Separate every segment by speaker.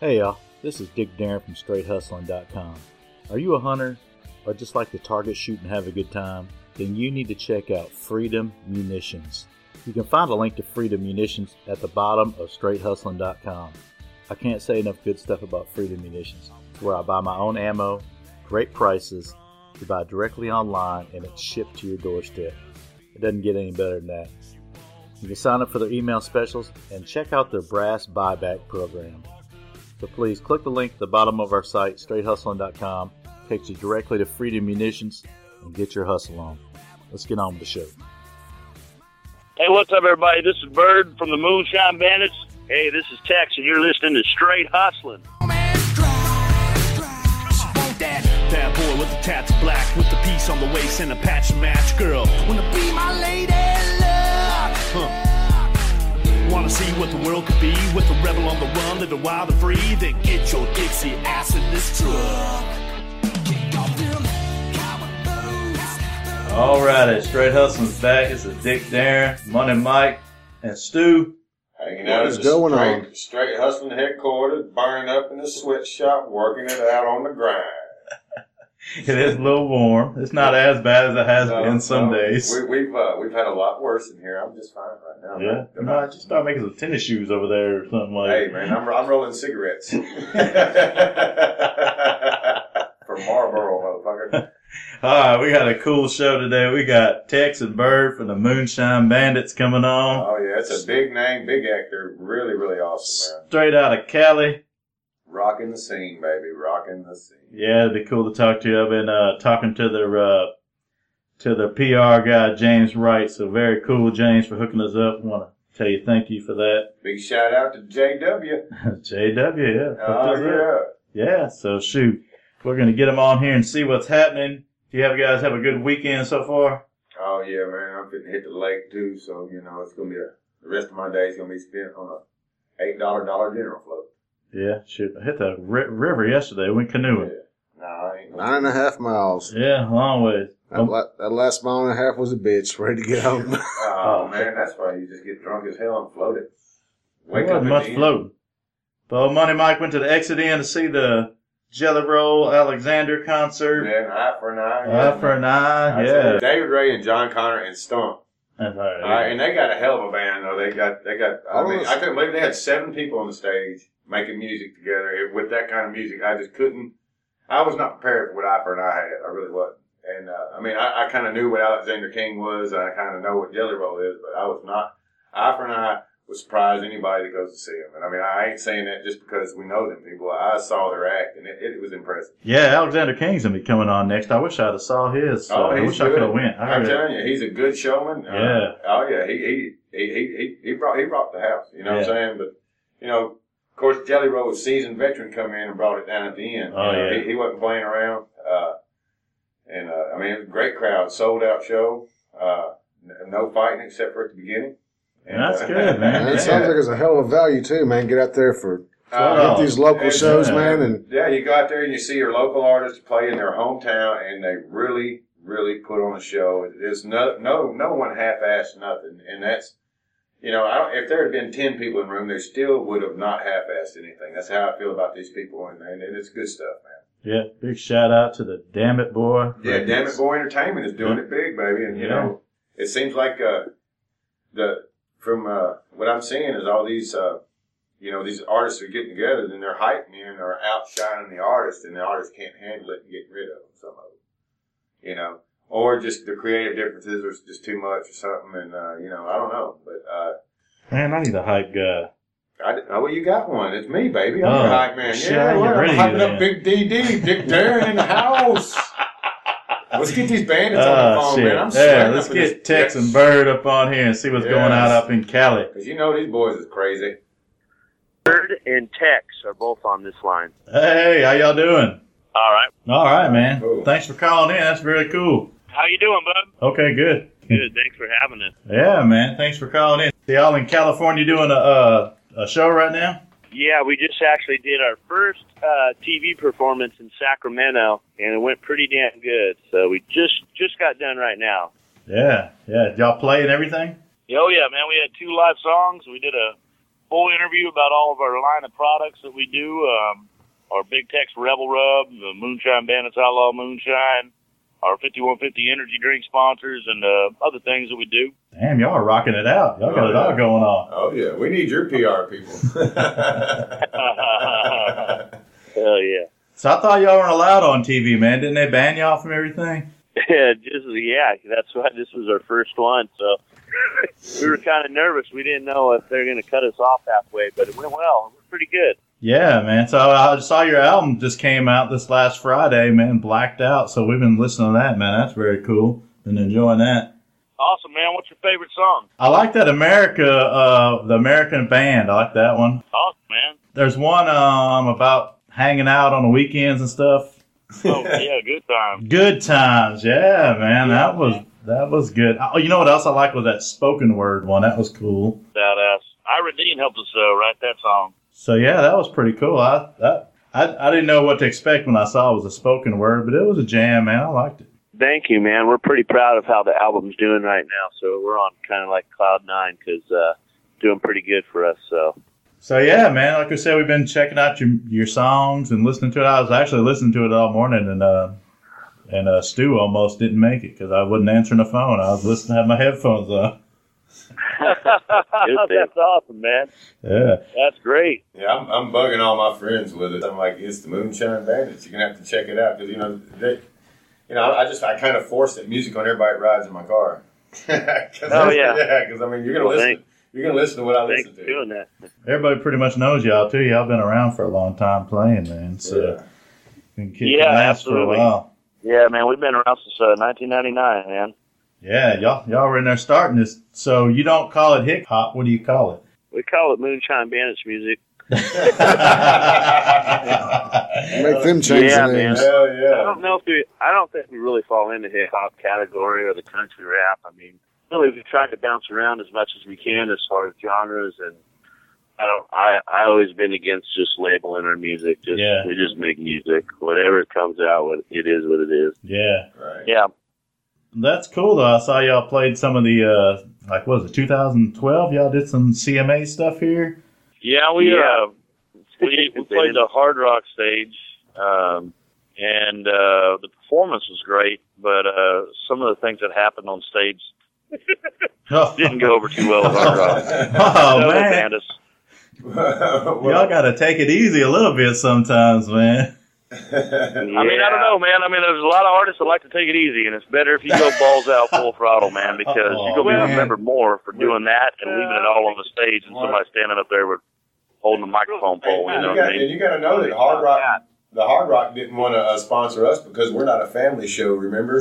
Speaker 1: Hey y'all, this is Dick Darren from StraightHustling.com. Are you a hunter or just like to target shoot and have a good time? Then you need to check out Freedom Munitions. You can find a link to Freedom Munitions at the bottom of StraightHustling.com. I can't say enough good stuff about Freedom Munitions. It's where I buy my own ammo, great prices, you buy directly online, and it's shipped to your doorstep. It doesn't get any better than that. You can sign up for their email specials and check out their brass buyback program. So please click the link at the bottom of our site, straighthustling.com. Takes you directly to Freedom Munitions and get your hustle on. Let's get on with the show.
Speaker 2: Hey, what's up, everybody? This is Bird from the Moonshine Bandits. Hey, this is Tex, and you're listening to Straight Hustling.
Speaker 3: Bad boy with the tats black, with the piece on the waist and a patch match girl. Wanna be my lady, look. Huh. Wanna see what the world could be with a rebel on the run, living wild and free? Then get your Dixie ass in this truck.
Speaker 1: All righty, Straight Hustling's back. This is Dick Darren, Money Mike, and Stu.
Speaker 4: Hanging
Speaker 5: What
Speaker 4: out
Speaker 5: is
Speaker 4: at the
Speaker 5: going
Speaker 4: straight, straight hustling headquarters, burning up in the sweatshop, working it out on the grind.
Speaker 1: It is a little warm. It's not as bad as it has
Speaker 4: No,
Speaker 1: been some
Speaker 4: no,
Speaker 1: days.
Speaker 4: we, we've uh, we've had a lot worse in here. I'm just fine right now.
Speaker 1: yeah.
Speaker 4: man.
Speaker 1: No, I just started making some tennis shoes over there or something like
Speaker 4: Hey man, I'm I'm rolling cigarettes for Marlboro, motherfucker.
Speaker 1: All right, we got a cool show today. We got Tex and Bird from the Moonshine Bandits coming on.
Speaker 4: Oh yeah, it's a big name, big actor, really really awesome man.
Speaker 1: Straight out of Cali.
Speaker 4: Rocking the scene, baby, rocking the scene.
Speaker 1: Yeah, it'd be cool to talk to you. I've been uh, talking to their uh, to their PR guy, James Wright. So very cool, James, for hooking us up. want to tell you thank you for that.
Speaker 4: Big shout out to JW.
Speaker 1: JW, yeah. hooked us
Speaker 4: Oh
Speaker 1: up.
Speaker 4: yeah.
Speaker 1: Yeah, so shoot. We're going to get them on here and see what's happening. Do you have guys have a good weekend so far?
Speaker 4: Oh yeah, man, I'm fitting to hit the lake too, so you know it's gonna be a, the rest of my day is gonna be spent on a eight dollar Dollar General float.
Speaker 1: Yeah, shoot. I hit the ri- river yesterday. Went canoeing.
Speaker 4: Yeah. Nah, I ain't gonna-
Speaker 5: Nine and a half miles.
Speaker 1: Yeah, long ways.
Speaker 5: That, la- that last mile and a half was a bitch. Ready to get home.
Speaker 4: Oh man, that's why you just get drunk as hell and float it.
Speaker 1: It wasn't
Speaker 4: at
Speaker 1: much
Speaker 4: the end.
Speaker 1: floating. But old Money Mike went to the exit end to see the Jelly Roll Alexander concert.
Speaker 4: Yeah, an eye for an eye.
Speaker 1: Eye for an eye,
Speaker 4: I
Speaker 1: yeah.
Speaker 4: said David Ray and John Connor and Stump.
Speaker 1: That's all
Speaker 4: All
Speaker 1: right.
Speaker 4: right, and they got a hell of a band though. They got they got. I
Speaker 5: Oh,
Speaker 4: mean,
Speaker 5: it's-
Speaker 4: I couldn't believe they had seven people on the stage making music together It- with that kind of music. I just couldn't. I was not prepared for what Eye for an Eye had. I really wasn't. And uh, I mean, I, I kind of knew what Alexander King was, and I kind of know what Jelly Roll is, but I was not. Eye for an Eye would surprise anybody that goes to see them. And I mean, I ain't saying that just because we know them people. I saw their act, and it, it was impressive.
Speaker 1: Yeah, Alexander King's gonna be coming on next. I wish I'd have saw his. So I
Speaker 4: Oh, he's
Speaker 1: wish I could
Speaker 4: good.
Speaker 1: have went. I
Speaker 4: I'm
Speaker 1: heard it.
Speaker 4: telling you, he's a good showman. Uh,
Speaker 1: Yeah.
Speaker 4: oh yeah, he he he he he brought he rocked the house. You know what I'm saying? But you know, of course, Jelly Roll was seasoned veteran come in and brought it down at the end.
Speaker 1: Oh,
Speaker 4: You know,
Speaker 1: yeah.
Speaker 4: he, he wasn't playing around. Uh, and uh, I mean, it was a great crowd, sold out show. Uh, n- no fighting except for at the beginning.
Speaker 1: That's
Speaker 4: uh,
Speaker 1: good, man.
Speaker 5: Man,
Speaker 1: Yeah.
Speaker 5: it sounds like it's a hell of a value too, man. Get out there for
Speaker 4: Uh,
Speaker 1: Oh,
Speaker 5: get these local
Speaker 4: yeah.
Speaker 5: shows, man, and
Speaker 4: Yeah, you go out there and you see your local artists play in their hometown, and they really, really put on a show. There's no, no, no one half-assed nothing, and that's, you know, I don't, if there had been ten people in the room, they still would have not half-assed anything. That's how I feel about these people, and, and it's good stuff, man.
Speaker 1: yeah. Big shout out to the Damn It Boy.
Speaker 4: Yeah, damn it, boy, entertainment is doing it big, baby, and you know, it seems like uh, the from uh, what I'm seeing is all these. Uh, you know, these artists are getting together, then they're hype men are outshining the artist, and the artist can't handle it and get rid of them, some of them. You know, or just the creative differences are just too much or something, and, uh, you know, I don't know. But, uh,
Speaker 1: Man, I need a hype guy.
Speaker 4: I didn't know well, you got one. It's me, baby. I'm
Speaker 1: Oh,
Speaker 4: the hype man.
Speaker 1: shit,
Speaker 4: Yeah,
Speaker 1: you're
Speaker 4: well, I'm
Speaker 1: ready
Speaker 4: hyping
Speaker 1: then.
Speaker 4: up Big DD, Dick Darren in the house. Let's get these bandits on the
Speaker 1: Oh
Speaker 4: phone,
Speaker 1: shit!
Speaker 4: man. I'm
Speaker 1: yeah,
Speaker 4: sweating
Speaker 1: let's
Speaker 4: up in this-
Speaker 1: get Tex and Bird up on here and see what's going on
Speaker 4: Yes.
Speaker 1: up in Cali.
Speaker 4: Cause you know these boys is crazy.
Speaker 2: Bird and Tex are both on this line.
Speaker 1: Hey, how y'all doing?
Speaker 2: All right.
Speaker 1: All right, man.
Speaker 4: Cool.
Speaker 1: Thanks for calling in. That's really cool.
Speaker 2: How you doing, bud?
Speaker 1: Okay, good.
Speaker 2: Good. Thanks for having us.
Speaker 1: Yeah, man. Thanks for calling in. So y'all in California doing a uh, a show right now?
Speaker 2: Yeah, we just actually did our first uh, TV performance in Sacramento, and it went pretty damn good. So we just just got done right now.
Speaker 1: Yeah, yeah. Y'all play and everything?
Speaker 2: Oh yeah, man, we had two live songs. We did a
Speaker 6: full interview about all of our line of products that we do. Um, our Big Tex Rebel Rub, the Moonshine Bandits Outlaw Moonshine, our 5150 energy drink sponsors, and uh, other things that we do.
Speaker 1: Damn, y'all are rocking it out. Y'all got
Speaker 4: Oh,
Speaker 1: it
Speaker 4: yeah.
Speaker 1: all going on.
Speaker 4: Oh yeah, we need your PR people.
Speaker 6: Hell yeah.
Speaker 1: So I thought y'all weren't allowed on TV, man. Didn't they ban y'all from everything?
Speaker 6: Yeah, just yeah, that's why this was our first one. So we were kind of nervous. We didn't know if they're going to cut us off halfway, but it went well. We're pretty good.
Speaker 1: Yeah, man. So I saw your album just came out this last Friday, man. Blacked out. So we've been listening to that, man. That's very cool. Been enjoying that.
Speaker 6: Awesome, man. What's your favorite song?
Speaker 1: I like that America, uh, the American band. I like that one.
Speaker 6: Awesome, man.
Speaker 1: There's one um, about hanging out on the weekends and stuff.
Speaker 6: Oh yeah, good time.
Speaker 1: Good times, yeah, man. That was that was good. Oh, you know what else I like was that spoken word one. That was cool.
Speaker 6: Badass. Ira Dean helped us uh, write that song.
Speaker 1: So yeah, that was pretty cool. I that, I I didn't know what to expect when I saw it was a spoken word, but it was a jam, man. I liked it.
Speaker 6: Thank you, man. We're pretty proud of how the album's doing right now. So we're on kind of like cloud nine because uh, doing pretty good for us. So
Speaker 1: So yeah, man. Like I said, we've been checking out your your songs and listening to it. I was actually listening to it all morning, and uh, and uh, Stu almost didn't make it because I wasn't answering the phone. I was listening, had my headphones on.
Speaker 6: that's awesome, man.
Speaker 1: Yeah,
Speaker 6: That's great.
Speaker 4: yeah, I'm, I'm bugging all my friends with it. I'm like, it's the Moonshine Bandits. You're gonna have to check it out because you know they, you know, I, I just I kind of force that music on everybody that rides in my car. 'Cause
Speaker 2: Oh,
Speaker 4: I-
Speaker 6: yeah.
Speaker 4: yeah. Because I mean, you're gonna
Speaker 6: Well,
Speaker 4: listen.
Speaker 6: thank-
Speaker 4: You're gonna listen to what I
Speaker 6: Thanks
Speaker 4: listen
Speaker 6: for
Speaker 4: to.
Speaker 6: doing that.
Speaker 1: everybody pretty much knows y'all too. Y'all been around for a long time playing, man. So
Speaker 4: Yeah.
Speaker 1: been kicking
Speaker 6: Yeah,
Speaker 1: ass for
Speaker 6: absolutely.
Speaker 1: a while.
Speaker 6: Yeah, man. We've been around since uh, 1999, man.
Speaker 1: Yeah, y'all y'all were in there starting this. So you don't call it hip hop. What do you call it?
Speaker 6: We call it Moonshine Bandits music.
Speaker 5: Make them change
Speaker 6: Yeah,
Speaker 5: the
Speaker 6: man.
Speaker 5: names.
Speaker 4: Hell
Speaker 6: I
Speaker 4: yeah.
Speaker 6: don't know if we. I don't think we really fall into hip hop category or the country rap. I mean, really, we've tried to bounce around as much as we can as far as genres, and I don't. I I always been against just labeling our music. Just
Speaker 1: Yeah.
Speaker 6: we just make music, whatever comes out, what it is, what it is.
Speaker 1: Yeah,
Speaker 4: Right.
Speaker 6: Yeah,
Speaker 1: that's cool though. I saw y'all played some of the uh, like what was it 2012? Y'all did some CMA stuff here.
Speaker 2: Yeah, we
Speaker 6: Yeah.
Speaker 2: uh, we, we played the Hard Rock stage, um, and uh, the performance was great. But uh, some of the things that happened on stage
Speaker 1: Oh,
Speaker 2: didn't go over too well at Hard Rock.
Speaker 1: oh,
Speaker 2: So they
Speaker 1: man,
Speaker 2: banned us.
Speaker 1: y'all
Speaker 4: well,
Speaker 1: got to take it easy a little bit sometimes, man.
Speaker 2: I mean, I don't know, man. I mean, there's a lot of artists that like to take it easy, and it's better if you go balls out full throttle, man, because
Speaker 1: Oh,
Speaker 2: you're gonna
Speaker 1: man.
Speaker 2: be remembered more for doing that and leaving it all on the stage and somebody standing up there with holding a microphone pole. You know
Speaker 4: you
Speaker 2: what I
Speaker 4: got,
Speaker 2: mean?
Speaker 4: and you got to know that Hard Rock, the Hard Rock didn't want to uh, sponsor us because we're not a family show. Remember?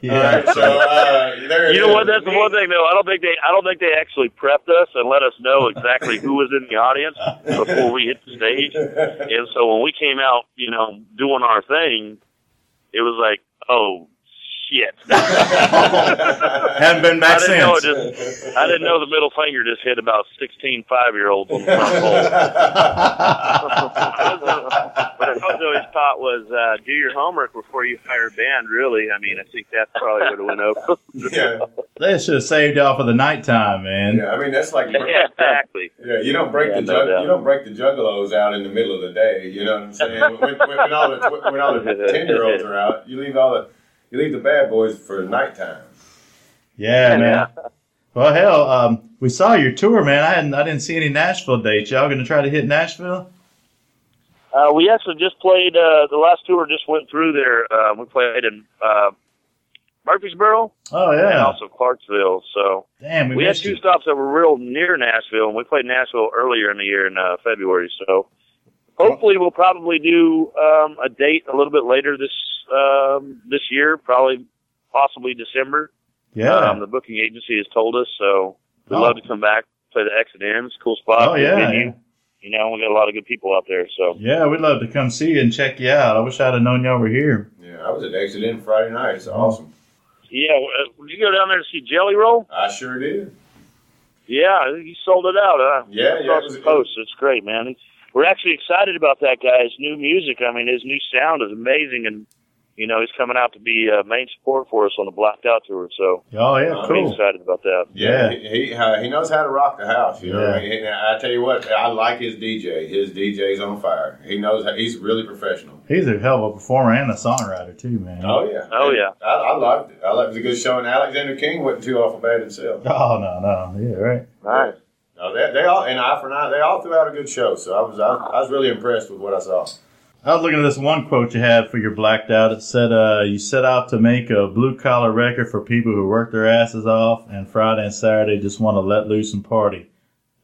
Speaker 4: All right, so uh, there it
Speaker 2: You know
Speaker 4: is.
Speaker 2: what? That's the one thing, though. I don't think they. I don't think they actually prepped us and let us know exactly who was in the audience before we hit the stage. And so when we came out, you know, doing our thing, it was like, oh shit!
Speaker 1: Haven't been
Speaker 2: I
Speaker 1: back
Speaker 2: didn't know it
Speaker 1: since.
Speaker 2: just. I didn't know the middle finger just hit about sixteen five-year-olds on the front pole.
Speaker 6: what I was always taught was uh, do your homework before you hire a band. Really, I mean, I think that probably would have went over.
Speaker 4: yeah,
Speaker 1: They should have saved y'all for the nighttime, man.
Speaker 4: yeah. I mean, that's like
Speaker 6: yeah, exactly.
Speaker 4: yeah. You don't break
Speaker 2: Yeah,
Speaker 4: the
Speaker 2: no
Speaker 4: jug-
Speaker 2: doubt.
Speaker 4: you don't break the juggalos out in the middle of the day. You know what I'm saying? when, when, when all the when all the ten year olds are out, you leave all the you leave the bad boys for nighttime.
Speaker 1: Yeah, man. Well, hell, um, we saw your tour, man. I hadn't, I didn't see any Nashville dates. Y'all gonna try to hit Nashville?
Speaker 2: Uh, we actually just played uh, the last tour. Just went through there. Uh, we played in uh, Murfreesboro
Speaker 1: Oh
Speaker 2: and
Speaker 1: yeah.
Speaker 2: also Clarksville. So
Speaker 1: Damn, we,
Speaker 2: we had
Speaker 1: missed
Speaker 2: two
Speaker 1: you.
Speaker 2: stops that were real near Nashville, and we played Nashville earlier in the year in uh, February. So hopefully, we'll probably do um, a date a little bit later this um, this year, probably possibly December.
Speaker 1: Yeah.
Speaker 2: Um, the booking agency has told us, so we'd
Speaker 1: Oh.
Speaker 2: love to come back play the X and M. It's a cool spot.
Speaker 1: oh
Speaker 2: good
Speaker 1: yeah.
Speaker 2: venue. You know, we got a lot of good people out there. So
Speaker 1: Yeah, we'd love to come see you and check you out. I wish I'd have known y'all were here.
Speaker 4: Yeah, I was at Exit Inn Friday night. It's awesome.
Speaker 2: yeah, uh, would you go down there to see Jelly Roll?
Speaker 4: I sure did.
Speaker 2: Yeah, he sold it out. Huh?
Speaker 4: Yeah,
Speaker 2: I
Speaker 4: yeah,
Speaker 2: saw
Speaker 4: it was-
Speaker 2: some posts. It's great, man. We're actually excited about that guy's new music. I mean, his new sound is amazing, and you know, he's coming out to be uh, main support for us on the Blacked Out Tour. So
Speaker 1: Oh yeah,
Speaker 2: I'm
Speaker 1: cool.
Speaker 2: excited about that.
Speaker 1: Yeah.
Speaker 4: he he, uh, he knows how to rock the house. You know,
Speaker 1: Yeah.
Speaker 4: what I mean? And I tell you what, I like his DJ. His DJ's on fire. He knows how, he's really professional.
Speaker 1: He's a hell of a performer and a songwriter too, man.
Speaker 4: Oh yeah,
Speaker 2: Oh, yeah.
Speaker 4: I, I liked it. I liked it. It was a good show, and Alexander King wasn't too awful bad himself.
Speaker 1: Oh, no, no, yeah, right.
Speaker 2: Nice.
Speaker 4: No, they, they all and eye for an eye. They all threw out a good show. So I was I, was- I was really impressed with what I saw.
Speaker 1: I was looking at this one quote you had for your blacked out. It said, uh, "You set out to make a blue collar record for people who work their asses off, and Friday and Saturday just want to let loose and party."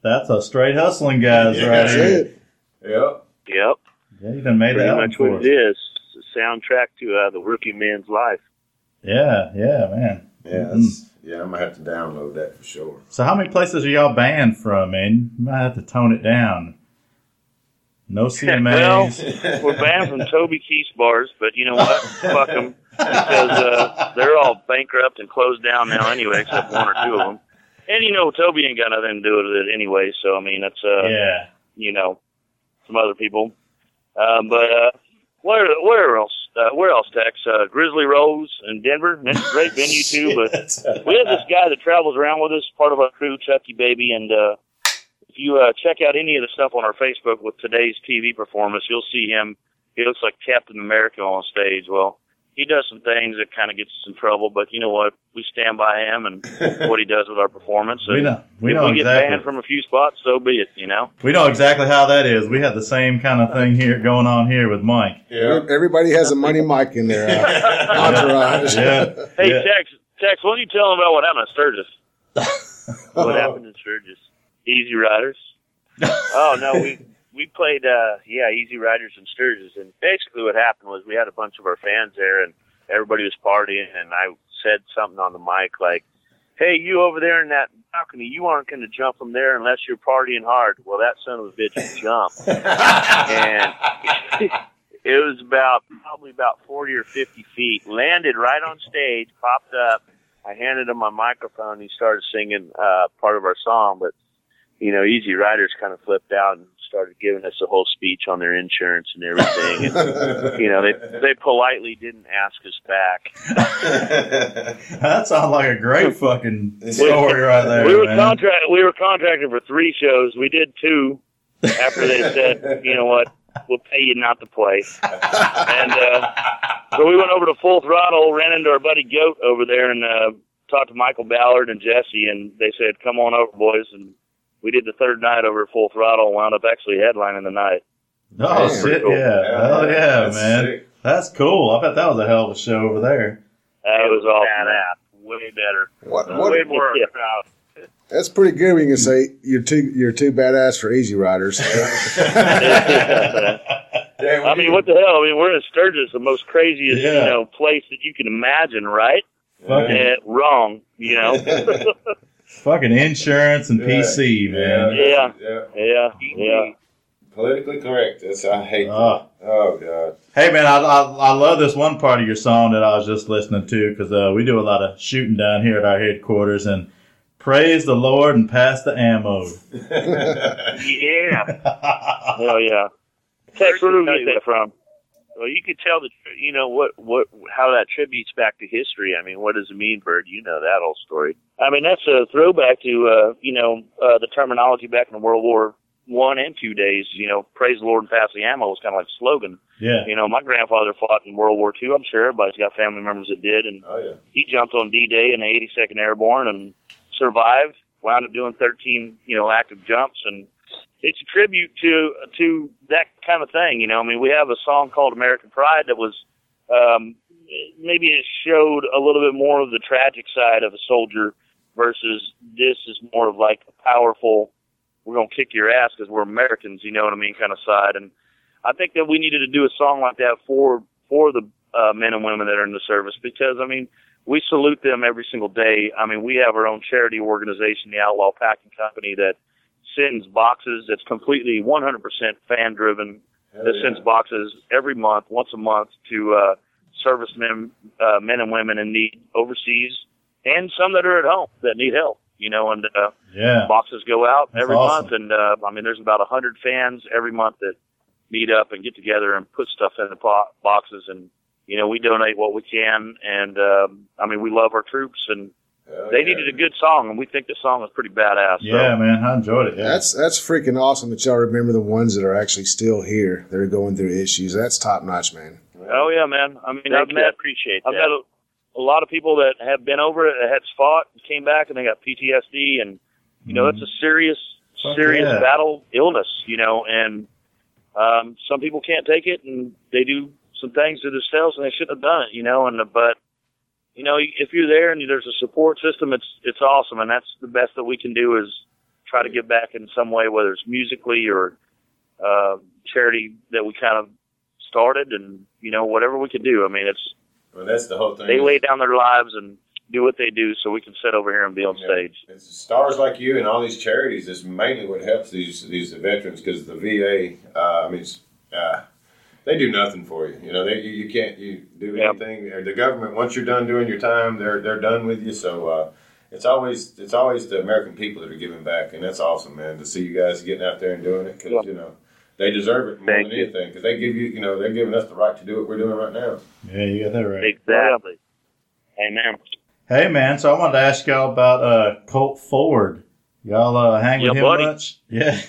Speaker 1: That's a straight hustling, guys,
Speaker 4: Yeah,
Speaker 1: right
Speaker 5: That's
Speaker 1: here.
Speaker 5: it.
Speaker 4: Yep.
Speaker 2: Yep.
Speaker 1: Yeah, you done made
Speaker 2: Pretty
Speaker 1: that one
Speaker 2: much
Speaker 1: for
Speaker 2: what
Speaker 1: us.
Speaker 2: it is. It's a soundtrack to uh, the rookie man's life.
Speaker 1: Yeah, yeah, man.
Speaker 4: Yeah.
Speaker 1: Mm.
Speaker 4: That's, yeah. I'm gonna have to download that for sure.
Speaker 1: So, how many places are y'all banned from, man? You might have to tone it down. No
Speaker 2: uh,
Speaker 1: CMAs.
Speaker 2: We're banned from Toby Keith's bars, but you know what? Fuck them because uh, they're all bankrupt and closed down now anyway, except one or two of them. And you know, Toby ain't got nothing to do with it anyway. So I mean, that's uh,
Speaker 1: yeah,
Speaker 2: you know, some other people. Uh, but uh, where where else? Uh, where else, Tex? Uh, Grizzly Rose in Denver. That's a great venue too. But we have this guy that travels around with us, part of our crew, Chucky Baby, and uh, if you uh, check out any of the stuff on our Facebook with today's TV performance, you'll see him. He looks like Captain America on stage. Well, he does some things that kind of gets us in trouble, but you know what? We stand by him and what he does with our performance.
Speaker 1: we
Speaker 2: And
Speaker 1: know. We
Speaker 2: if
Speaker 1: know
Speaker 2: we get
Speaker 1: exactly.
Speaker 2: banned from a few spots, so be it. You know.
Speaker 1: we know exactly how that is. We had the same kind of thing here going on here with Mike.
Speaker 4: Yeah.
Speaker 5: Everybody has a money mic in their uh, entourage.
Speaker 1: Yeah.
Speaker 2: Hey,
Speaker 1: yeah.
Speaker 2: Tex, Tex, why don't you tell them about what happened at Sturgis? what happened in Sturgis? Easy Riders. oh no, we we played uh yeah, Easy Riders in Sturgis and basically what happened was we had a bunch of our fans there and everybody was partying and I said something on the mic like, Hey, you over there in that balcony, you aren't gonna jump from there unless you're partying hard. Well that son of a bitch jumped and it was about probably about 40 or 50 feet. Landed right on stage, popped up. I handed him my microphone. He started singing uh, part of our song, but you know, Easy Riders kind of flipped out and started giving us a whole speech on their insurance and everything. And, you know, they they politely didn't ask us back.
Speaker 1: That sounds like a great fucking story right there.
Speaker 2: we were
Speaker 1: man.
Speaker 2: contract we were contracted for three shows. We did two after they said, you know what, we'll pay you not to play. And uh, so we went over to Full Throttle, ran into our buddy Goat over there, and uh, talked to Michael Ballard and Jesse, and they said, "Come on over, boys." And we did the third night over at Full Throttle, and wound up actually headlining the night.
Speaker 1: oh
Speaker 5: Damn.
Speaker 1: shit, yeah, oh yeah,
Speaker 4: That's
Speaker 1: man,
Speaker 4: sick.
Speaker 1: that's cool. I bet that was a hell of a show over there.
Speaker 2: That was awesome. Way better.
Speaker 5: What, what,
Speaker 2: Way more yeah.
Speaker 5: that's pretty good when you can say you're too you're too badass for Easy Riders.
Speaker 4: Damn,
Speaker 2: I mean, what the hell? I mean, we're in Sturgis, the most craziest
Speaker 1: Yeah.
Speaker 2: you know place that you can imagine, right?
Speaker 1: fucking,
Speaker 2: Eh, wrong, you know.
Speaker 1: fucking insurance and PC, man.
Speaker 2: Yeah.
Speaker 4: yeah.
Speaker 2: yeah, yeah.
Speaker 4: Politically correct. That's I hate.
Speaker 1: Ah.
Speaker 4: that. Oh god.
Speaker 1: Hey man, I, I I love this one part of your song that I was just listening to because uh, we do a lot of shooting down here at our headquarters and praise the Lord and pass the ammo.
Speaker 2: Yeah. oh yeah. Tex, where do we get that from? Well, you could tell the tr- you know what what how that tributes back to history. I mean, what does it mean, Bird? You know that whole story. I mean, that's a throwback to uh, you know uh, the terminology back in the World War One and Two days. You know, praise the Lord and pass the ammo was kind of like a slogan.
Speaker 1: Yeah,
Speaker 2: You know, my grandfather fought in World War Two. I'm sure everybody's got family members that did, and
Speaker 4: Oh yeah.
Speaker 2: he jumped on D-Day in the 82nd Airborne and survived. Wound up doing 13, you know, active jumps, and it's a tribute to to that kind of thing. You know, I mean, we have a song called American Pride that was um, maybe it showed a little bit more of the tragic side of a soldier versus this is more of like a powerful, we're gonna kick your ass because we're Americans. You know what I mean, kind of side. And I think that we needed to do a song like that for for the uh, men and women that are in the service because I mean we salute them every single day. I mean, we have our own charity organization, the Outlaw Packing Company, that sends boxes that's completely 100% fan driven,
Speaker 4: Hell
Speaker 2: that
Speaker 4: yeah.
Speaker 2: sends boxes every month, once a month, to uh, servicemen, uh, men and women in need overseas, and some that are at home that need help. You know, and uh,
Speaker 1: yeah.
Speaker 2: boxes go out
Speaker 1: That's
Speaker 2: every
Speaker 1: awesome.
Speaker 2: month, and uh, I mean, there's about a hundred fans every month that meet up and get together and put stuff in the po- boxes and you know, we donate what we can, and um, I mean, we love our troops, and
Speaker 6: Oh,
Speaker 4: Hell
Speaker 2: they
Speaker 4: yeah.
Speaker 2: needed a good song, and we think the song is pretty badass. so-
Speaker 1: Yeah, man, I enjoyed it. Yeah.
Speaker 5: That's that's freaking awesome that y'all remember the ones that are actually still here. They're going through issues. That's top notch, man.
Speaker 2: Oh yeah, man. I mean, I've
Speaker 6: Thank you. I
Speaker 2: met
Speaker 6: appreciate
Speaker 2: I've
Speaker 6: that.
Speaker 2: met a, a lot of people that have been over it, that had fought, came back, and they got PTSD, and you know
Speaker 1: Mm-hmm.
Speaker 2: that's a serious,
Speaker 1: Fuck
Speaker 2: serious
Speaker 1: yeah.
Speaker 2: battle illness, you know, and um, some people can't take it, and they do some things to themselves, and they shouldn't have done it, you know, and but. You know, if you're there and there's a support system, it's it's awesome, and that's the best that we can do is try to give back in some way, whether it's musically or uh, charity that we kind of started, and you know whatever we can do. I mean, it's
Speaker 4: Well, that's the whole thing.
Speaker 1: Mm-hmm.
Speaker 2: they lay down their lives and do what they do so we can sit over here and be on
Speaker 4: Yeah.
Speaker 2: stage.
Speaker 4: It's stars like you and all these charities is mainly what helps these these veterans because the VA, uh, I mean, s- uh, they do nothing for you. You know, they you, you can't you do
Speaker 2: Yep.
Speaker 4: anything. Or The government once you're done doing your time, they're they're done with you. So uh, it's always it's always the American people that are giving back, and that's awesome, man. To see you guys getting out there and doing it because
Speaker 2: Yeah.
Speaker 4: you know they deserve it more
Speaker 6: Thank
Speaker 4: than
Speaker 6: you.
Speaker 4: anything because they give you you know they're giving us the right to do what we're doing right now.
Speaker 1: yeah, you got that right.
Speaker 2: Exactly. Amen.
Speaker 1: Hey man, so I wanted to ask y'all about uh Colt Ford. Y'all uh, hang with
Speaker 2: Yeah,
Speaker 1: him
Speaker 2: buddy.
Speaker 1: much? Yeah.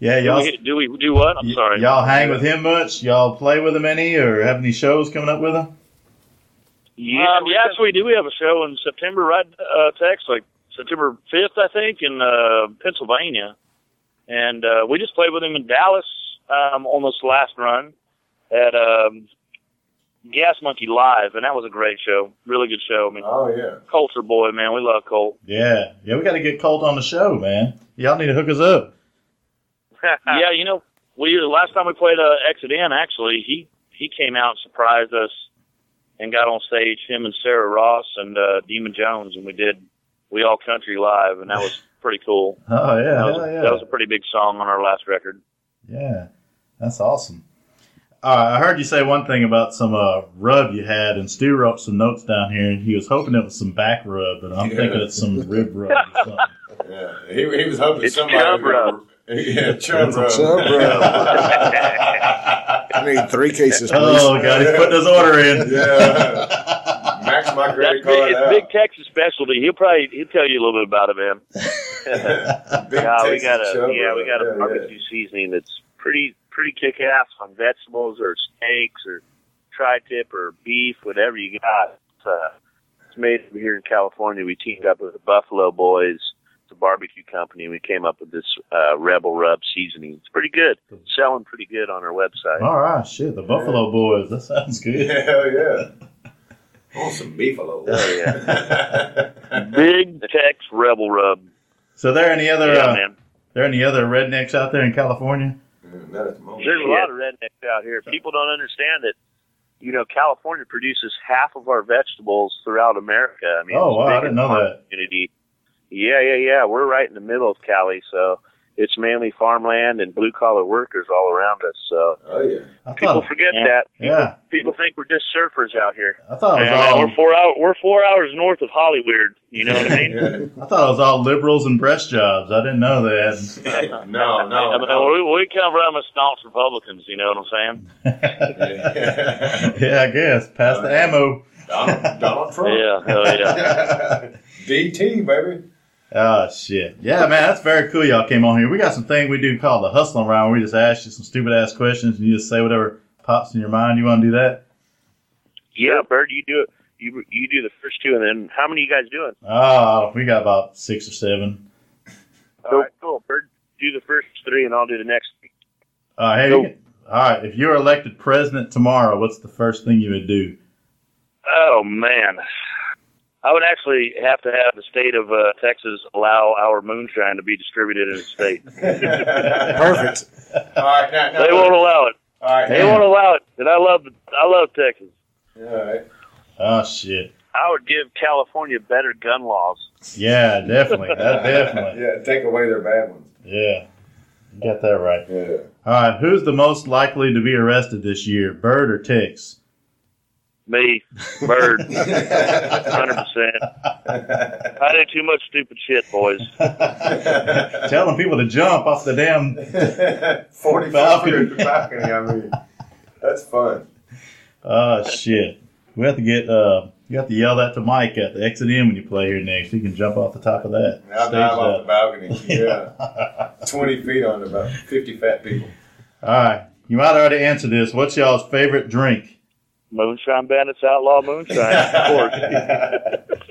Speaker 1: yeah,
Speaker 2: Do
Speaker 1: y'all
Speaker 2: we, do we do what? I'm
Speaker 1: y-
Speaker 2: sorry.
Speaker 1: Y'all hang with him much? Y'all play with him any or have any shows coming up with him?
Speaker 2: um, yes, we do. We have a show in September, right? Uh, Tex, like September 5th, I think, in uh, Pennsylvania, and uh, we just played with him in Dallas um, on this last run at um, Gas Monkey Live, and that was a great show. Really good show. I mean,
Speaker 4: Oh yeah.
Speaker 2: Colt's our boy, man. We love Colt.
Speaker 1: Yeah. Yeah, we gotta get Colt on the show, man. Y'all need to hook us up.
Speaker 2: yeah, you know, we the last time we played uh, Exit In, actually, he he came out and surprised us and got on stage. Him and Sarah Ross and uh, Demon Jones, and we did we all country live, and that was pretty cool.
Speaker 1: Oh yeah.
Speaker 2: That was,
Speaker 1: hell yeah.
Speaker 2: that was a pretty big song on our last record.
Speaker 1: Yeah, that's awesome. All right, I heard you say one thing about some uh, rub you had, and Stu wrote some notes down here, and he was hoping it was some back rub, but I'm
Speaker 4: Yeah.
Speaker 1: thinking it's some rib rub or something.
Speaker 4: Yeah, he, he was hoping
Speaker 6: It's
Speaker 4: somebody.
Speaker 6: chub
Speaker 4: would-
Speaker 6: rub.
Speaker 4: Yeah, chub
Speaker 1: It's a
Speaker 4: rub.
Speaker 5: chub I need three cases, please.
Speaker 1: Oh, God, he's putting his order in.
Speaker 4: yeah. Max my
Speaker 2: That's big,
Speaker 4: credit card
Speaker 2: it's
Speaker 4: out.
Speaker 2: big Texas specialty. He'll probably he'll tell you a little bit about it, man.
Speaker 4: Big
Speaker 2: Yeah, we
Speaker 4: Texas
Speaker 2: got
Speaker 4: chub
Speaker 2: a yeah, we
Speaker 4: rub.
Speaker 2: got a
Speaker 4: Yeah, yeah.
Speaker 2: barbecue seasoning that's pretty pretty kick ass on vegetables or steaks or tri tip or beef, whatever you got. It's, uh, it's made over here in California. We teamed up with the Buffalo Boys, the barbecue company. and We came up with this uh, Rebel Rub seasoning. It's pretty good, selling pretty good on our website.
Speaker 1: All right, shit, the Buffalo Boys. That sounds good.
Speaker 4: Yeah, hell yeah. Want some beefalo?
Speaker 2: Oh, yeah.
Speaker 4: yeah.
Speaker 2: Big Tex Rebel Rub.
Speaker 1: So, there any other
Speaker 2: yeah,
Speaker 1: uh,
Speaker 2: man.
Speaker 1: there any other rednecks out there in California?
Speaker 4: Mm, Not at the moment.
Speaker 2: There's a lot of rednecks out here. People don't understand that, you know, California produces half of our vegetables throughout America. I mean,
Speaker 1: Oh,
Speaker 2: it's
Speaker 1: wow, I
Speaker 2: big
Speaker 1: didn't
Speaker 2: in
Speaker 1: know
Speaker 2: farm
Speaker 1: that.
Speaker 2: Community. Yeah, yeah, yeah. We're right in the middle of Cali, so it's mainly farmland and blue collar workers all around us. So
Speaker 4: Oh yeah.
Speaker 1: I
Speaker 2: people
Speaker 1: thought,
Speaker 2: forget
Speaker 6: Yeah.
Speaker 2: that. People,
Speaker 1: yeah,
Speaker 2: people think we're just surfers out here.
Speaker 1: I thought it was um,
Speaker 2: Yeah, man,
Speaker 1: all
Speaker 2: we're four hour, We're four hours north of Hollywood. You know what I mean?
Speaker 1: I thought it was all liberals and breast jobs. I didn't know that.
Speaker 4: Yeah. no,
Speaker 2: I
Speaker 4: no.
Speaker 2: mean,
Speaker 4: no.
Speaker 2: we, we come from a staunch Republicans. You know what I'm saying?
Speaker 1: yeah, I guess pass the ammo.
Speaker 4: Donald, Donald Trump.
Speaker 2: Yeah, oh, yeah.
Speaker 4: DT baby.
Speaker 1: Oh shit! Yeah, man, that's very cool. Y'all came on here. We got some thing we do called the hustling round. Where we just ask you some stupid ass questions, and you just say whatever pops in your mind. You want to do that?
Speaker 2: Yeah, Bird, you do it. You you do the first two, and then how many you guys doing?
Speaker 1: Oh, we got about six or seven.
Speaker 2: All right, cool. Bird, do the first three, and I'll do the next.
Speaker 1: Uh, hey,
Speaker 2: Nope.
Speaker 1: all right. If you were elected president tomorrow, what's the first thing you would do?
Speaker 2: Oh man, I would actually have to have the state of uh, Texas allow our moonshine to be distributed in the state.
Speaker 5: Perfect.
Speaker 4: All right, now, now,
Speaker 2: They won't allow it.
Speaker 4: All right,
Speaker 2: They
Speaker 1: Yeah.
Speaker 2: won't allow it. And I love I love Texas.
Speaker 4: all right.
Speaker 1: Oh shit!
Speaker 2: I would give California better gun laws.
Speaker 1: Yeah, definitely. That definitely.
Speaker 4: Yeah, take away their bad ones.
Speaker 1: Yeah, you got that right.
Speaker 4: Yeah.
Speaker 1: All right. Who's the most likely to be arrested this year, Bird or Tex?
Speaker 2: Me, Bird, hundred percent. I do too much stupid shit, boys.
Speaker 1: Telling people to jump off the damn.
Speaker 4: 45
Speaker 1: Falcon.
Speaker 4: years balcony, I mean, that's fun.
Speaker 1: Oh shit. We have to get uh you have to yell that to Mike at the exit in when you play here next. He can jump off the top of that.
Speaker 4: And I'll
Speaker 1: Stage
Speaker 4: dive off
Speaker 1: that.
Speaker 4: the balcony. Yeah. 20 feet on about 50 fat people.
Speaker 1: All right. You might already answer this. What's y'all's favorite drink?
Speaker 2: Moonshine Bandits Outlaw Moonshine, of course.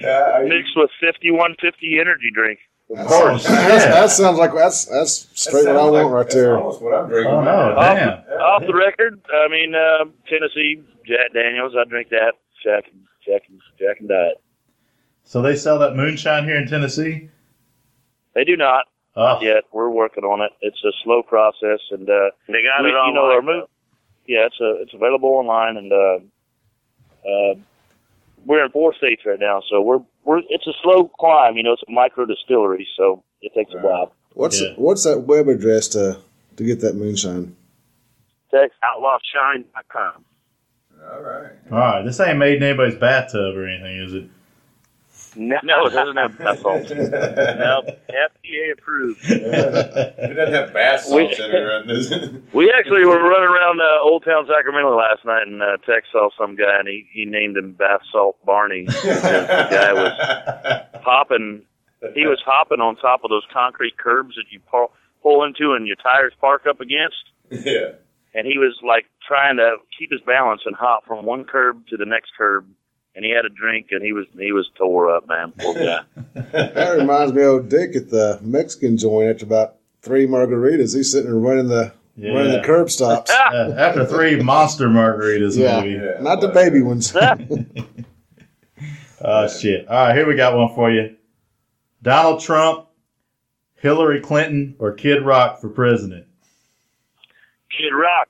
Speaker 4: Yeah, I-
Speaker 2: Mixed with 5150 energy drink.
Speaker 5: Of
Speaker 1: course.
Speaker 5: That's,
Speaker 1: Yeah.
Speaker 5: That sounds like that's that's
Speaker 4: that
Speaker 5: straight what
Speaker 4: sounds
Speaker 5: I want
Speaker 4: like-
Speaker 5: right
Speaker 4: that's
Speaker 5: there.
Speaker 4: almost what I'm drinking.
Speaker 1: Oh no,
Speaker 4: right
Speaker 1: damn.
Speaker 4: now.
Speaker 2: Off the record, I mean, um, Tennessee, Jack Daniels, I drink that. Jack and, Jack and, Jack and Diet.
Speaker 1: So they sell that moonshine here in Tennessee?
Speaker 2: They do not
Speaker 1: Oh
Speaker 2: yet. We're working on it. It's a slow process, and uh,
Speaker 6: They got
Speaker 2: we-
Speaker 6: it on.
Speaker 2: you know, our move, yeah, it's a, it's available online, and uh, uh, we're in four states right now, so we're we're it's a slow climb. You know, it's a micro distillery, so it takes a while.
Speaker 5: What's
Speaker 1: Yeah.
Speaker 5: what's that web address to to get that moonshine?
Speaker 2: Text
Speaker 6: outlawshine.com.
Speaker 4: All right.
Speaker 1: All right. This ain't made in anybody's bathtub or anything, is it?
Speaker 6: No, no, it doesn't have that salt.
Speaker 2: now FDA approved.
Speaker 4: It doesn't have bath
Speaker 2: We-
Speaker 4: salts in it around this.
Speaker 2: We actually were running around uh, Old Town Sacramento last night, and uh, Tex saw some guy, and he he named him Bath Salt Barney. the guy was hopping. He was hopping on top of those concrete curbs that you pull, pull into and your tires park up against.
Speaker 4: yeah.
Speaker 2: And he was like trying to keep his balance and hop from one curb to the next curb. And he had a drink and he was he was tore up, man. Poor guy.
Speaker 5: That reminds me of Dick at the Mexican joint after about three margaritas. He's sitting there running the
Speaker 1: Yeah.
Speaker 5: running the curb stops.
Speaker 1: Uh, after three monster margaritas,
Speaker 5: Yeah.
Speaker 1: maybe.
Speaker 4: Yeah.
Speaker 5: Not the baby ones.
Speaker 1: Oh shit! All right, here we got one for you: Donald Trump, Hillary Clinton, or Kid Rock for president.
Speaker 2: Kid Rock,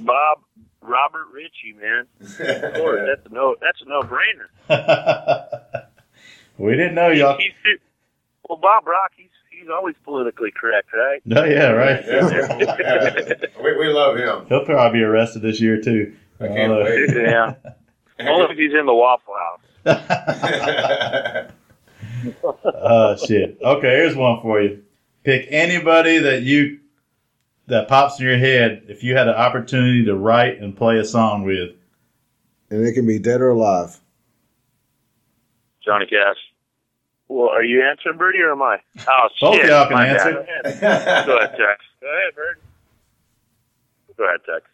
Speaker 2: Bob, Robert Ritchie, man. Of course, that's a no. That's a no brainer.
Speaker 1: we didn't know y'all.
Speaker 2: He's too- well, Bob Rock, he's he's always politically correct, right?
Speaker 1: No, yeah, right.
Speaker 4: Yeah. we, we love him.
Speaker 1: He'll probably be arrested this year too.
Speaker 4: I can't
Speaker 1: Uh,
Speaker 4: wait.
Speaker 2: Yeah. Only if he's in the Waffle House.
Speaker 1: Oh shit! Okay, here's one for you. Pick anybody that you that pops in your head if you had an opportunity to write and play a song with.
Speaker 5: and it can be dead or alive.
Speaker 2: Johnny Cash. Well, are you answering, Birdie, or am I? Oh,
Speaker 1: Both
Speaker 2: shit.
Speaker 1: y'all can
Speaker 2: my bad.
Speaker 1: answer.
Speaker 2: Go ahead. Go ahead, Tex. Go ahead, Bird. Go ahead, Tex.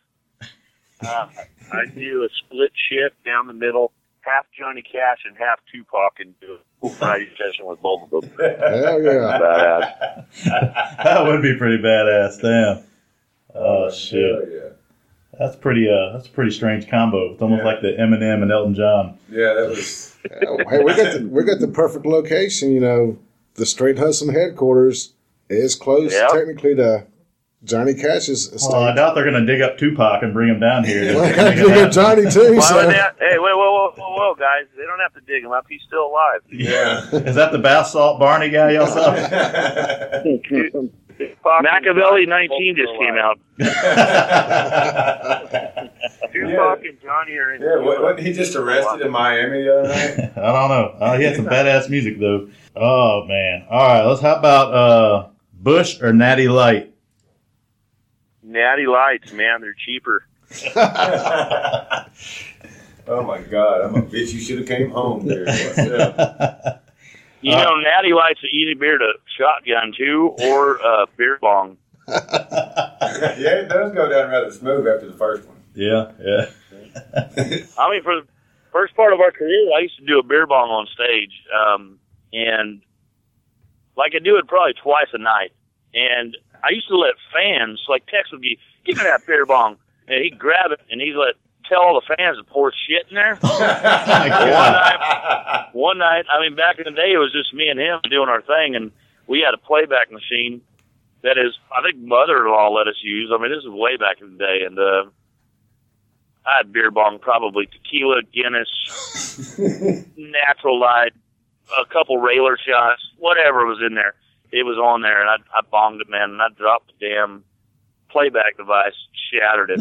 Speaker 2: Uh, I do a split shift down the middle, half Johnny Cash and half Tupac, and do a variety session with both of them.
Speaker 5: Hell yeah.
Speaker 2: Badass.
Speaker 1: That would be pretty badass, damn. Oh shit!
Speaker 4: Hell yeah.
Speaker 1: That's pretty. Uh, that's a pretty strange combo. It's almost
Speaker 4: Yeah.
Speaker 1: like the Eminem and Elton John.
Speaker 4: Yeah, that was.
Speaker 5: hey, we got the we got the perfect location. You know, the Straight Hustling headquarters is close
Speaker 2: Yeah.
Speaker 5: technically to Johnny Cash's
Speaker 1: Well, I
Speaker 5: estate.
Speaker 1: doubt they're gonna dig up Tupac and bring him down here.
Speaker 5: Well, I gotta figure Johnny too.
Speaker 2: Why
Speaker 5: so-
Speaker 2: would they? Hey, wait, whoa, whoa, whoa, whoa, guys! They don't have to dig him up. He's still alive.
Speaker 4: Yeah.
Speaker 1: Is that the bath salt Barney guy y'all saw?
Speaker 2: Machiavelli 19 just came out. Tupac and Johnny are in.
Speaker 4: yeah, wa- wasn't he just arrested in Miami the other night?
Speaker 1: I don't know. Uh, he had some badass music though. Oh man! All right, let's. How about uh, Bush or Natty Light?
Speaker 2: Natty lights, man. They're cheaper.
Speaker 4: Oh my God, I'm a bitch. You should have came home, dude. Yeah.
Speaker 2: You know, Natty Light's an easy beer to shotgun too, or uh, beer bong.
Speaker 4: yeah, it does go down rather smooth after the first one.
Speaker 1: Yeah, yeah.
Speaker 2: I mean, for the first part of our career, I used to do a beer bong on stage, um, and like I do it probably twice a night. And I used to let fans, like Tex would be, give me that beer bong, and he'd grab it and he'd let tell all the fans to pour shit in there.
Speaker 1: My God.
Speaker 2: one night, I mean, back in the day, it was just me and him doing our thing, and we had a playback machine that is, I think, mother-in-law let us use. I mean, this is way back in the day, and uh, I had beer bong, probably tequila, Guinness, natural light, a couple railer shots, whatever was in there, it was on there, and I, I bonged it, man, and I dropped the damn playback device shattered in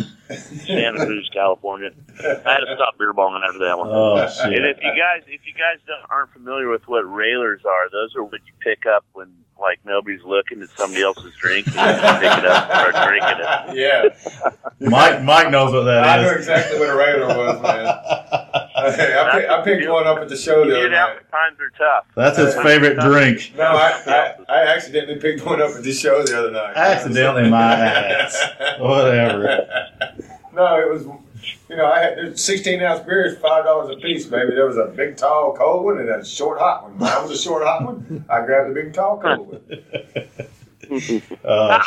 Speaker 2: Santa Cruz, California. I had to stop beer bonging after that one.
Speaker 1: Oh
Speaker 2: And if
Speaker 1: shit!
Speaker 2: you guys, if you guys don't, aren't familiar with what railers are, those are what you pick up when like nobody's looking at somebody else's drink and you just pick it up and start drinking it.
Speaker 4: Yeah,
Speaker 1: Mike Mike knows what
Speaker 4: I knew
Speaker 1: that is.
Speaker 4: exactly what a railer was, man. I, pick, I picked one up at the show the
Speaker 2: You
Speaker 4: other
Speaker 2: get out,
Speaker 4: night.
Speaker 2: the times are tough.
Speaker 1: That's his favorite drink.
Speaker 4: No, I, I, I accidentally picked one up at the show the other night.
Speaker 1: Accidentally, my ass. Whatever.
Speaker 4: No, it was. You know, I had there's 16 ounce beers, five dollars a piece, baby. There was a big, tall, cold one and a short, hot one. Mine was a short, hot one. I grabbed the big, tall, cold one.
Speaker 1: Oh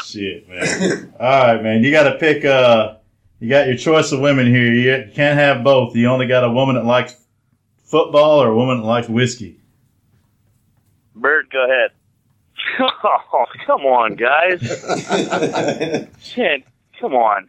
Speaker 1: shit, man! All right, man. You got to pick. Uh, you got your choice of women here. You can't have both. You only got a woman that likes football or a woman that likes whiskey.
Speaker 2: Bert, go ahead. Oh, come on, guys. Shit, come on.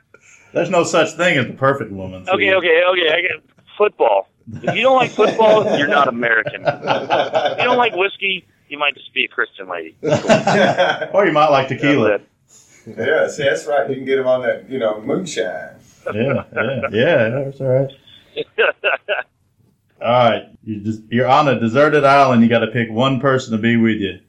Speaker 1: There's no such thing as the perfect woman. so-
Speaker 2: Okay, okay, okay. I get football. If you don't like football, you're not American. If you don't like whiskey, you might just be a Christian lady.
Speaker 4: yeah,
Speaker 1: Or you might like tequila.
Speaker 4: see, that's right. You can get them on that, you know, moonshine.
Speaker 1: Yeah, yeah, yeah, yeah. That's all right. All right, you just, you're on a deserted island. You got to pick one person to be with you.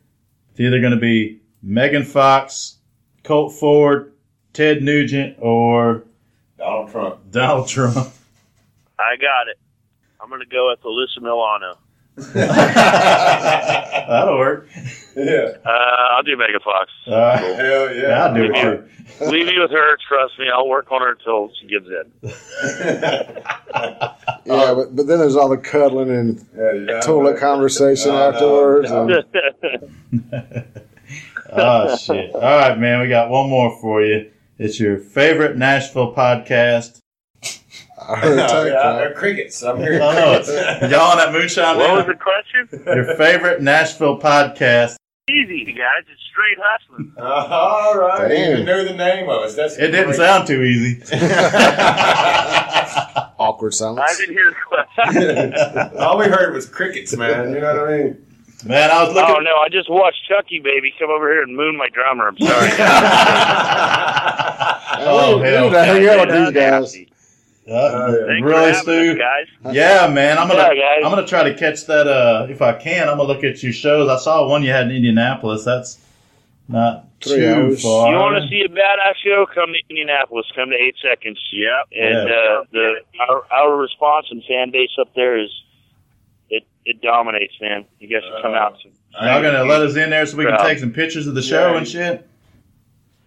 Speaker 1: It's either going to be Megan Fox, Colt Ford, Ted Nugent, or
Speaker 4: Donald Trump.
Speaker 1: Donald Trump.
Speaker 2: I got it. I'm going to go with Alyssa Milano.
Speaker 1: That'll work.
Speaker 4: Yeah.
Speaker 2: Uh, I'll do Megan Fox.
Speaker 1: All right.
Speaker 4: Hell yeah.
Speaker 1: Yeah, I'll do it. too.
Speaker 2: Leave me with her. Trust me, I'll work on her until she gives in.
Speaker 5: Yeah, but, but then there's all the cuddling and
Speaker 4: Yeah, Uh, yeah,
Speaker 5: toilet conversation
Speaker 4: No, no,
Speaker 5: afterwards.
Speaker 4: no.
Speaker 5: and-
Speaker 1: Oh shit! All right, man. We got one more for you. It's your favorite Nashville podcast.
Speaker 5: I heard a tape,
Speaker 4: Yeah,
Speaker 5: right?
Speaker 4: they're crickets. I'm
Speaker 1: I
Speaker 4: hearing
Speaker 1: don't know. It's,
Speaker 4: crickets.
Speaker 1: y'all on that moonshine?
Speaker 2: What was
Speaker 1: Man?
Speaker 2: the question?
Speaker 1: Your favorite Nashville podcast.
Speaker 2: Easy, guys. It's straight hustling.
Speaker 4: All right.
Speaker 5: Damn.
Speaker 4: You even knew the name of us. That's
Speaker 1: It didn't
Speaker 4: great.
Speaker 1: sound too easy.
Speaker 5: Awkward
Speaker 2: I
Speaker 5: silence.
Speaker 2: didn't hear the question.
Speaker 4: All we heard was crickets, man. You know what I mean?
Speaker 1: Man, I was looking.
Speaker 2: Oh no! I just watched Chucky, baby, come over here and moon my drummer. I'm sorry.
Speaker 1: Oh,
Speaker 5: we
Speaker 1: hell.
Speaker 5: need to hang out
Speaker 2: That
Speaker 5: with
Speaker 2: was
Speaker 5: these guys.
Speaker 2: nasty.
Speaker 1: Uh,
Speaker 2: Thanks for
Speaker 1: really,
Speaker 2: having us,
Speaker 1: Stu?
Speaker 2: guys.
Speaker 1: Yeah, man. I'm gonna
Speaker 2: Yeah, guys.
Speaker 1: I'm gonna try to catch that uh, if I can. I'm gonna look at your shows. I saw one you had in Indianapolis. That's not
Speaker 5: Three
Speaker 1: too
Speaker 5: hours.
Speaker 1: far.
Speaker 2: You want to see a badass show? Come to Indianapolis. Come to Eight Seconds. Yep. And Uh, the our, our response and fan base up there is it it dominates, man. You guys should come
Speaker 4: Uh,
Speaker 2: out.
Speaker 1: Y'all gonna let us in there so we can take some pictures of the show
Speaker 4: Yeah.
Speaker 1: and shit?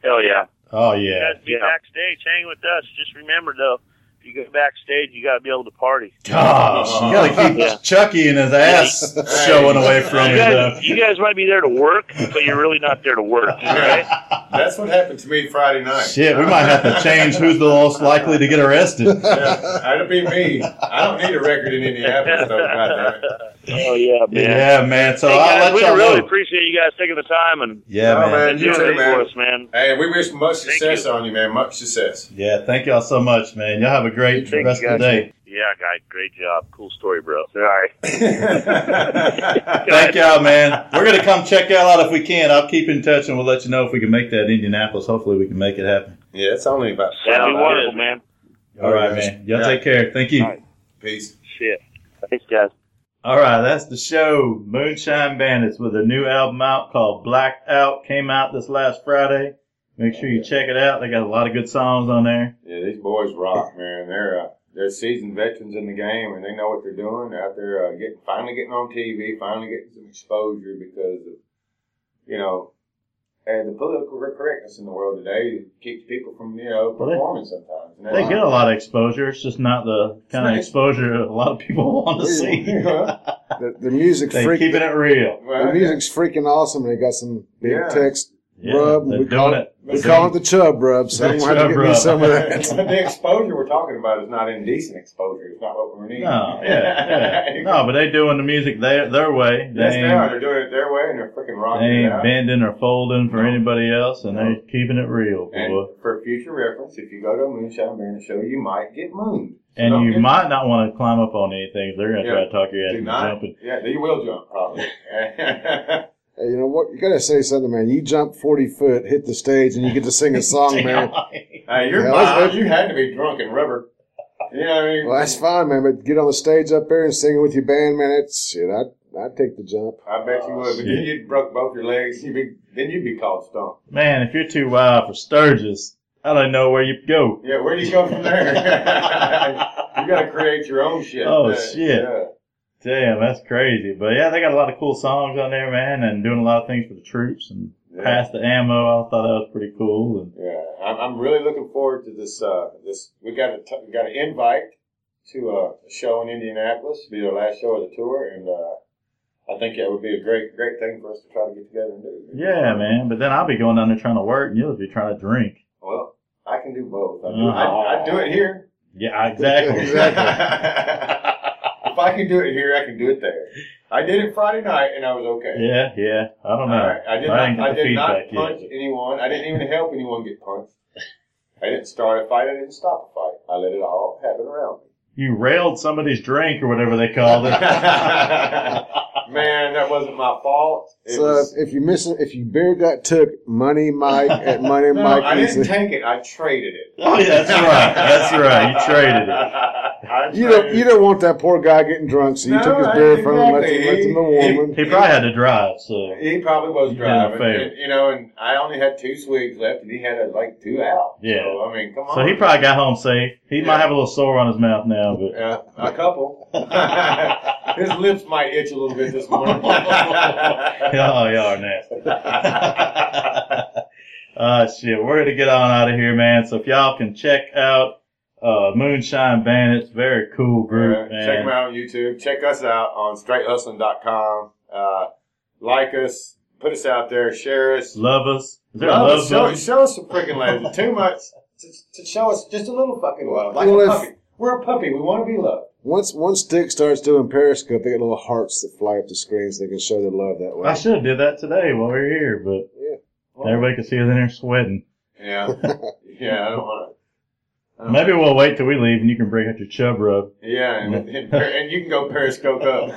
Speaker 2: Hell yeah!
Speaker 1: Oh yeah.
Speaker 2: guys be backstage, hang with us. Just remember though, if you go backstage, you got to be able to party.
Speaker 1: Gosh, you gotta keep
Speaker 2: Yeah.
Speaker 1: Chucky and his ass showing away from
Speaker 2: You
Speaker 1: you. though.
Speaker 2: guys, you guys might be there to work, but you're really not there to work. Right?
Speaker 4: That's what happened to me Friday night.
Speaker 1: Shit, we might have to change who's the most likely to get arrested.
Speaker 4: Yeah, that'd be me. I don't need a record in Indianapolis, though. goddammit.
Speaker 2: oh yeah, man.
Speaker 1: Yeah, man. So
Speaker 2: Hey,
Speaker 1: I'll
Speaker 2: guys,
Speaker 1: let
Speaker 2: we
Speaker 1: y'all
Speaker 2: really
Speaker 1: know.
Speaker 2: appreciate you guys taking the time and
Speaker 1: yeah,
Speaker 4: No,
Speaker 1: man.
Speaker 4: man.
Speaker 2: and
Speaker 4: you
Speaker 2: doing
Speaker 4: too,
Speaker 2: it
Speaker 4: man.
Speaker 2: for us, man.
Speaker 4: Hey, we wish much
Speaker 2: Thank
Speaker 4: success
Speaker 2: you.
Speaker 4: on you, man. Much success.
Speaker 1: Yeah, thank y'all so much, man. Y'all have a great
Speaker 2: Thank you,
Speaker 1: rest of
Speaker 2: guys.
Speaker 1: the day.
Speaker 2: Yeah, guy, great job. Cool story, bro. All right.
Speaker 1: Thank y'all, man. We're gonna come check y'all out if we can. I'll keep in touch and we'll let you know if we can make that Indianapolis. Hopefully, we can make it happen.
Speaker 4: yeah, it's only about
Speaker 2: That'd be
Speaker 4: five hours.
Speaker 2: wonderful, man.
Speaker 1: All right, man. Y'all take care. Thank you.
Speaker 4: Peace.
Speaker 2: Shit. Thanks, guys.
Speaker 1: All right, that's the show. Moonshine Bandits with their new album out called Blackout came out this last Friday. Make sure you check it out. They got a lot of good songs on there.
Speaker 4: Yeah, these boys rock, man. They're uh, they're seasoned veterans in the game, and they know what they're doing. They're out there uh, getting finally getting on TV, finally getting some exposure because of you know, and the political correctness in the world today keeps people from you know
Speaker 1: Well, they-
Speaker 4: performing sometimes. And
Speaker 1: They get a lot of exposure. It's just not the kind of exposure a lot of people want to see.
Speaker 4: Yeah.
Speaker 5: The, the music
Speaker 1: They
Speaker 5: freak.
Speaker 1: keeping it real.
Speaker 5: The
Speaker 4: Well,
Speaker 5: music's freaking awesome, and they got some big
Speaker 4: Yeah.
Speaker 5: text
Speaker 1: Yeah,
Speaker 5: rub. and
Speaker 1: they're
Speaker 5: We
Speaker 1: doing
Speaker 5: call
Speaker 1: it.
Speaker 5: We call it the chub rub, so
Speaker 1: The
Speaker 5: I'm going to
Speaker 1: chub
Speaker 5: get me
Speaker 1: rub.
Speaker 5: some of that.
Speaker 4: the exposure we're talking about is not indecent exposure. It's not what we're needing.
Speaker 1: No, yeah, yeah. no, but they doing the music their their way. They
Speaker 4: yes, they are.
Speaker 1: ain't,
Speaker 4: They're doing it their way, and they're freaking
Speaker 1: they
Speaker 4: rocking it
Speaker 1: ain't
Speaker 4: out.
Speaker 1: bending or folding for anybody else, and they're keeping it real,
Speaker 4: And
Speaker 1: boy.
Speaker 4: for future reference, if you go to a Moonshine Bandit show, you might get mooned. So
Speaker 1: And
Speaker 4: don't
Speaker 1: you
Speaker 4: get-
Speaker 1: might not want to climb up on anything. They're gonna try
Speaker 4: Yeah.
Speaker 1: to talk your ass
Speaker 4: do
Speaker 1: into
Speaker 4: not.
Speaker 1: jumping.
Speaker 4: Yeah, you will jump probably.
Speaker 5: Hey, you know what? You gotta say something, man. You jump forty foot, hit the stage, and you get to sing a song, man.
Speaker 4: Hey, you're
Speaker 5: Yeah, that's
Speaker 4: Bob.
Speaker 5: good.
Speaker 4: You had to be drunk and rubber. You know what I mean?
Speaker 5: Well, that's fine, man. But get on the stage up there and sing with your band, man. That's shit. I I'd take the jump.
Speaker 4: I bet you would, but then you'd broke both your legs. You'd be, then you'd be called stoned.
Speaker 1: Man, if you're too wild for Sturgis, I don't know where you go.
Speaker 4: Yeah, where do you go from there? you got to create your own shit.
Speaker 1: Oh,
Speaker 4: Yeah,
Speaker 1: shit.
Speaker 4: yeah.
Speaker 1: Damn, that's crazy. But yeah, they got a lot of cool songs on there, man, and doing a lot of things for the troops and
Speaker 4: Yeah.
Speaker 1: past the ammo. I thought that was pretty cool. And
Speaker 4: Yeah, I'm, I'm really looking forward to this. Uh, this we got a t- we got an invite to uh, a show in Indianapolis. It'll be the last show of the tour, and uh, I think that would be a great great thing for us to try to get together and do.
Speaker 1: yeah, man. But then I'll be going down there trying to work, and you'll be trying to drink.
Speaker 4: Well, I can do both. I do, I, I do it here.
Speaker 1: Yeah, exactly.
Speaker 4: if I can do it here, I can do it there. I did it Friday night, and I was okay.
Speaker 1: Yeah, yeah. I don't know.
Speaker 4: All right. I did
Speaker 1: didn't
Speaker 4: not.
Speaker 1: get
Speaker 4: I
Speaker 1: the
Speaker 4: did not
Speaker 1: feedback yet.
Speaker 4: punch anyone. I didn't even help anyone get punched. I didn't start a fight. I didn't stop a fight. I let it all happen around me.
Speaker 1: You railed somebody's drink or whatever they called it.
Speaker 4: Man, that wasn't my fault. It
Speaker 5: so
Speaker 4: was-
Speaker 5: if you miss if you bear got took money, Mike at money,
Speaker 4: no,
Speaker 5: Mike.
Speaker 4: I didn't
Speaker 5: needs to-
Speaker 4: take it. I traded it.
Speaker 1: oh, yeah, that's right. That's right. You traded it.
Speaker 4: I
Speaker 5: you don't
Speaker 4: traded
Speaker 5: you don't want that poor guy getting drunk, so you
Speaker 4: No,
Speaker 5: took his
Speaker 4: I-
Speaker 5: beer from him, left him,
Speaker 4: exactly.
Speaker 5: left him a
Speaker 4: He-
Speaker 5: woman.
Speaker 1: He probably had to drive, so.
Speaker 4: it. He probably was
Speaker 1: You had a
Speaker 4: driving,
Speaker 1: favor.
Speaker 4: and, you know, and I only had two swigs left, and he had uh, like two out.
Speaker 1: Yeah.
Speaker 4: So, I mean, come on.
Speaker 1: So he probably got home safe. He might have a little sore on his mouth now, but
Speaker 4: Yeah, a couple. His lips might itch a little bit this morning.
Speaker 1: oh, y'all are nasty. uh, shit, we're gonna get on out of here, man. So if y'all can check out uh, Moonshine Bandits, very cool group,
Speaker 4: Yeah,
Speaker 1: man.
Speaker 4: Check them out on YouTube. Check us out on straighthustling.com. Uh, like us, put us out there, share us.
Speaker 1: Love us. Is there
Speaker 4: Love
Speaker 1: a
Speaker 4: us.
Speaker 1: love
Speaker 4: Show,
Speaker 1: button?
Speaker 4: show us some freaking love. Too much to, to show us just a little fucking love. Like
Speaker 5: Well,
Speaker 4: a
Speaker 5: if-
Speaker 4: puppy. We're a puppy. We want to be loved.
Speaker 5: Once once Dick starts doing Periscope, they get little hearts that fly up the screen so they can show their love that way.
Speaker 1: I should have did that today while we were here, but everybody could see us in there sweating.
Speaker 4: Yeah. Yeah, I don't want to.
Speaker 1: Maybe we'll wait till we leave and you can bring out your chub rub.
Speaker 4: Yeah, and, and, and you can go Periscope up.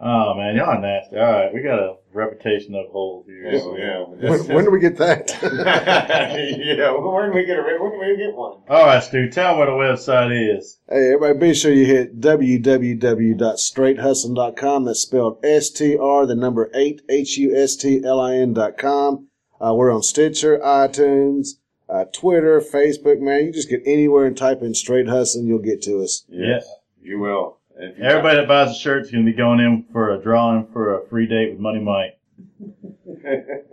Speaker 1: Oh man, y'all are nasty. All right, we got a reputation of holes here.
Speaker 4: Yeah, yeah.
Speaker 5: When, when do we get that?
Speaker 4: yeah, well, when we get a when do we get one?
Speaker 1: All right, Stu, tell them where the website is.
Speaker 5: Hey, everybody, be sure you hit www.straighthustling.com. That's spelled S T R, the number 8, H U S T L I N.com. Uh, we're on Stitcher, iTunes, uh, Twitter, Facebook, man. You just get anywhere and type in Straight Hustling, you'll get to us.
Speaker 1: Yes.
Speaker 4: You will. If you-
Speaker 1: Everybody that buys a shirt's going to be going in for a drawing for a free date with Money Mike.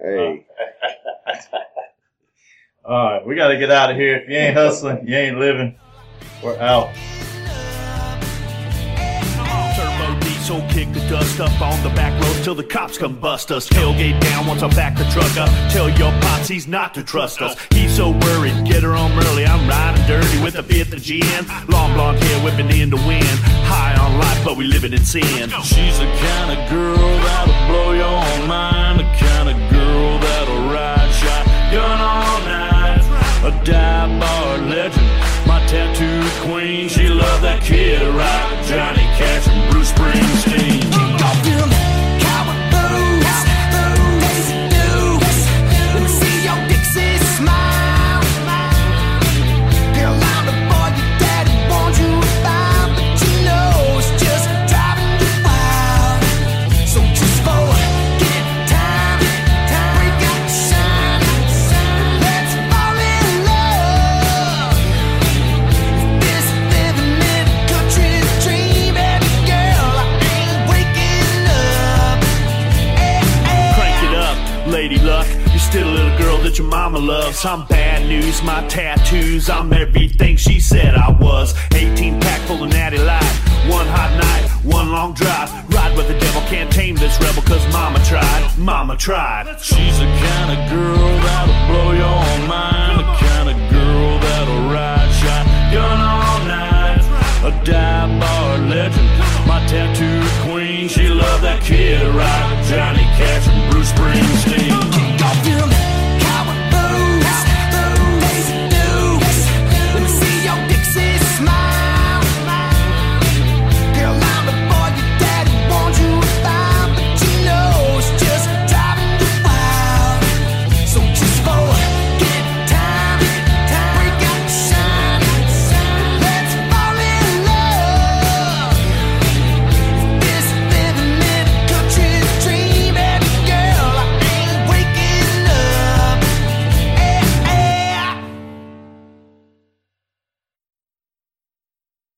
Speaker 5: Hey,
Speaker 1: All right, we got to get out of here. If you ain't hustling, you ain't living. We're out.
Speaker 7: Turbo diesel, kick the dust up on the back roads till the cops come bust us. Tailgate down once I back the truck up. Tell your pops he's not to trust us. He's so worried, get her home early. I'm riding dirty with a fifth of gin. Long blonde hair whipping in the wind. High on life, but we living in sin.
Speaker 3: She's the kind of girl that'll blow your mind, the kind of girl that'll ride shotgun all night. A dive bar legend, my tattoo queen. She loved that kid rock, Johnny Cash and Bruce Springsteen.
Speaker 7: Crank it up, lady luck. You're still a little girl that your mama loves. I'm bad news, my tattoos. I'm everything she said I was. 18 pack full of natty light. One hot night, one long drive. Ride with the devil, can't tame this rebel, cause mama tried. Mama tried.
Speaker 3: She's the kind of girl that'll blow your mind,